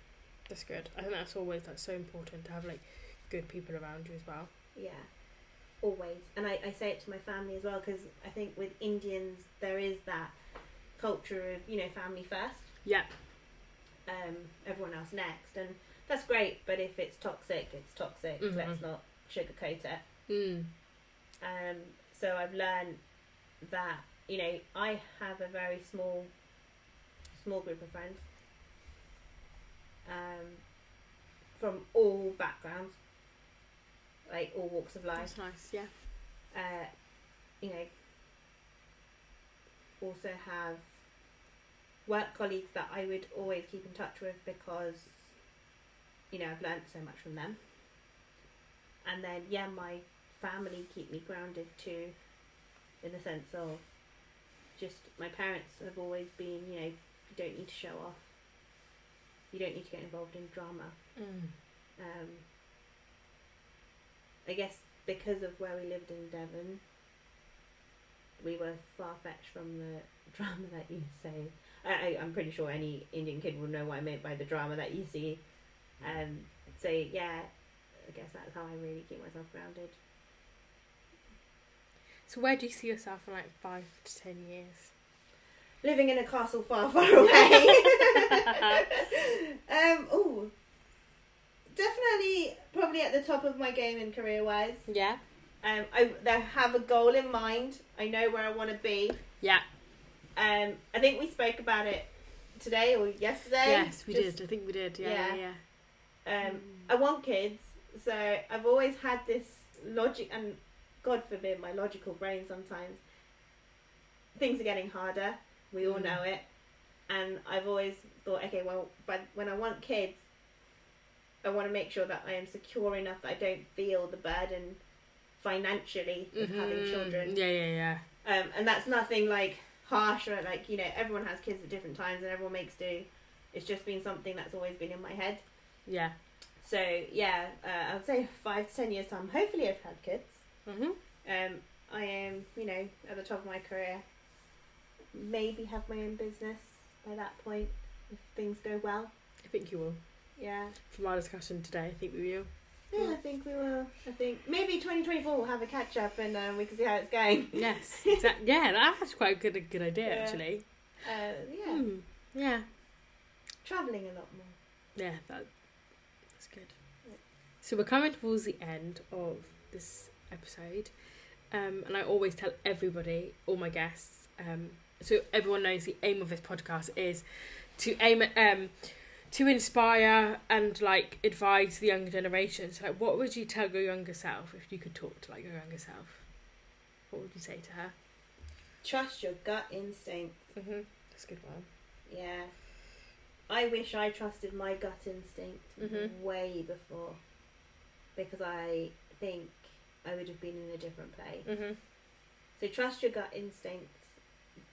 That's good. I think that's always that's so important to have like good people around you as well.
Yeah, always. And I, I say it to my family as well because I think with Indians there is that culture of you know family first,
Yeah.
um, everyone else next, and that's great. But if it's toxic, it's toxic.
Mhm.
Let's not sugarcoat it.
Mm.
Um, so I've learned that you know I have a very small, small group of friends. Um, from all backgrounds, like all walks of life.
That's nice. Yeah.
uh, you know, also have work colleagues that I would always keep in touch with because, you know, I've learnt so much from them. And then, yeah, my family keep me grounded too, in the sense of just my parents have always been, you know, you don't need to show off, you don't need to get involved in drama
Mm.
um, I guess because of where we lived in Devon, we were far fetched from the (laughs) drama that you say. I, I, I'm pretty sure any Indian kid will know what I meant by the drama that you see. Um, so yeah, I guess that's how I really keep myself grounded.
So, where do you see yourself in like five to ten years?
Living in a castle far, far away. um, oh, definitely, probably at the top of my game in career wise.
Yeah.
Um, I, I have a goal in mind. I know where I want to be.
Yeah.
Um, I think we spoke about it today or yesterday.
Yes, we
Just, um,
did. I think we did. Yeah, yeah,
Yeah.
yeah.
Um, I want kids, so I've always had this logic and God forbid my logical brain sometimes things are getting harder. We all
Mm.
know it. And I've always thought, okay, well, but when I want kids, I want to make sure that I am secure enough that I don't feel the burden financially of having
Mhm.
children.
Yeah, yeah, yeah.
Um, and that's nothing like harsh or like, you know, everyone has kids at different times and everyone makes do. It's just been something that's always been in my head.
Yeah.
So, yeah, uh, I would say five to ten years' time, hopefully, I've had kids.
Mm-hmm.
Um, I am, you know, at the top of my career. Maybe have my own business by that point if things go well.
I think you will.
Yeah.
From our discussion today, I think we will.
Yeah, I
Yeah.
think we will. I think maybe 2024 we'll have a catch up and um, we can see how it's going.
Yes. Exactly. yeah, that's quite a good, a good idea,
Yeah.
actually.
Uh, yeah,
Hmm. Yeah.
traveling a lot more.
Yeah, that, that's good.
Yeah.
So we're coming towards the end of this episode, um, and I always tell everybody, all my guests, um, so everyone knows the aim of this podcast is to aim at um, to inspire and like advise the younger generation. So, like, what would you tell your younger self if you could talk to like your younger self? What would you say to her?
Trust your gut instinct.
Mm-hmm. That's a good one.
Yeah. I wish I trusted my gut instinct
Mhm.
way before because I think I would have been in a different place.
Mm-hmm.
So trust your gut instinct.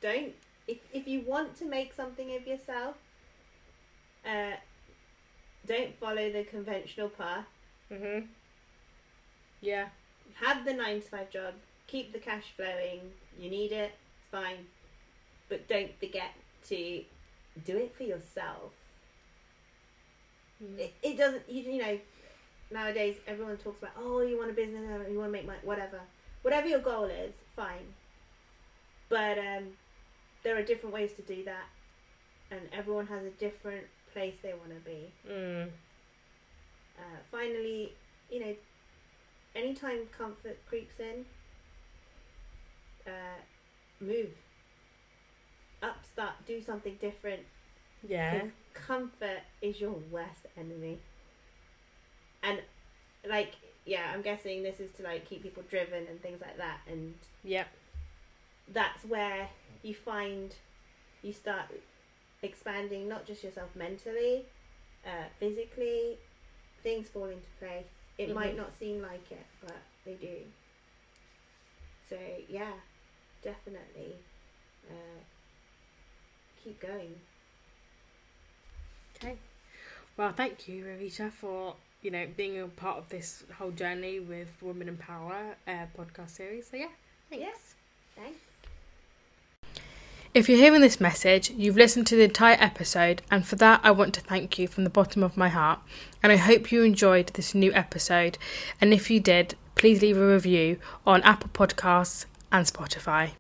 Don't if if you want to make something of yourself, uh, don't follow the conventional path.
Mm-hmm. Yeah.
Have the nine to five job. Keep the cash flowing. You need it. It's fine, but don't forget to do it for yourself.
Mm.
It, it doesn't. You, you know, nowadays everyone talks about oh, you want a business, oh, you want to make money, whatever, whatever your goal is, fine. But um, there are different ways to do that, and everyone has a different place they want to be.
Mm.
Uh, finally, you know, anytime comfort creeps in, uh, move. Up, start, do something different.
Yeah.
'Cause comfort is your worst enemy. And like, yeah, I'm guessing this is to like keep people driven and things like that. And
Yep.
that's where you find you start expanding not just yourself mentally, uh, physically. Things fall into place. It might
Mhm.
not seem like it, but they do. So yeah, definitely uh, keep going.
Well, thank you, Ravita, for you know being a part of this whole journey with Women in Power uh, podcast series. So yeah, thanks.
Yeah. Thanks.
If you're hearing this message, you've listened to the entire episode, and for that, I want to thank you from the bottom of my heart. And I hope you enjoyed this new episode. And if you did, please leave a review on Apple Podcasts and Spotify.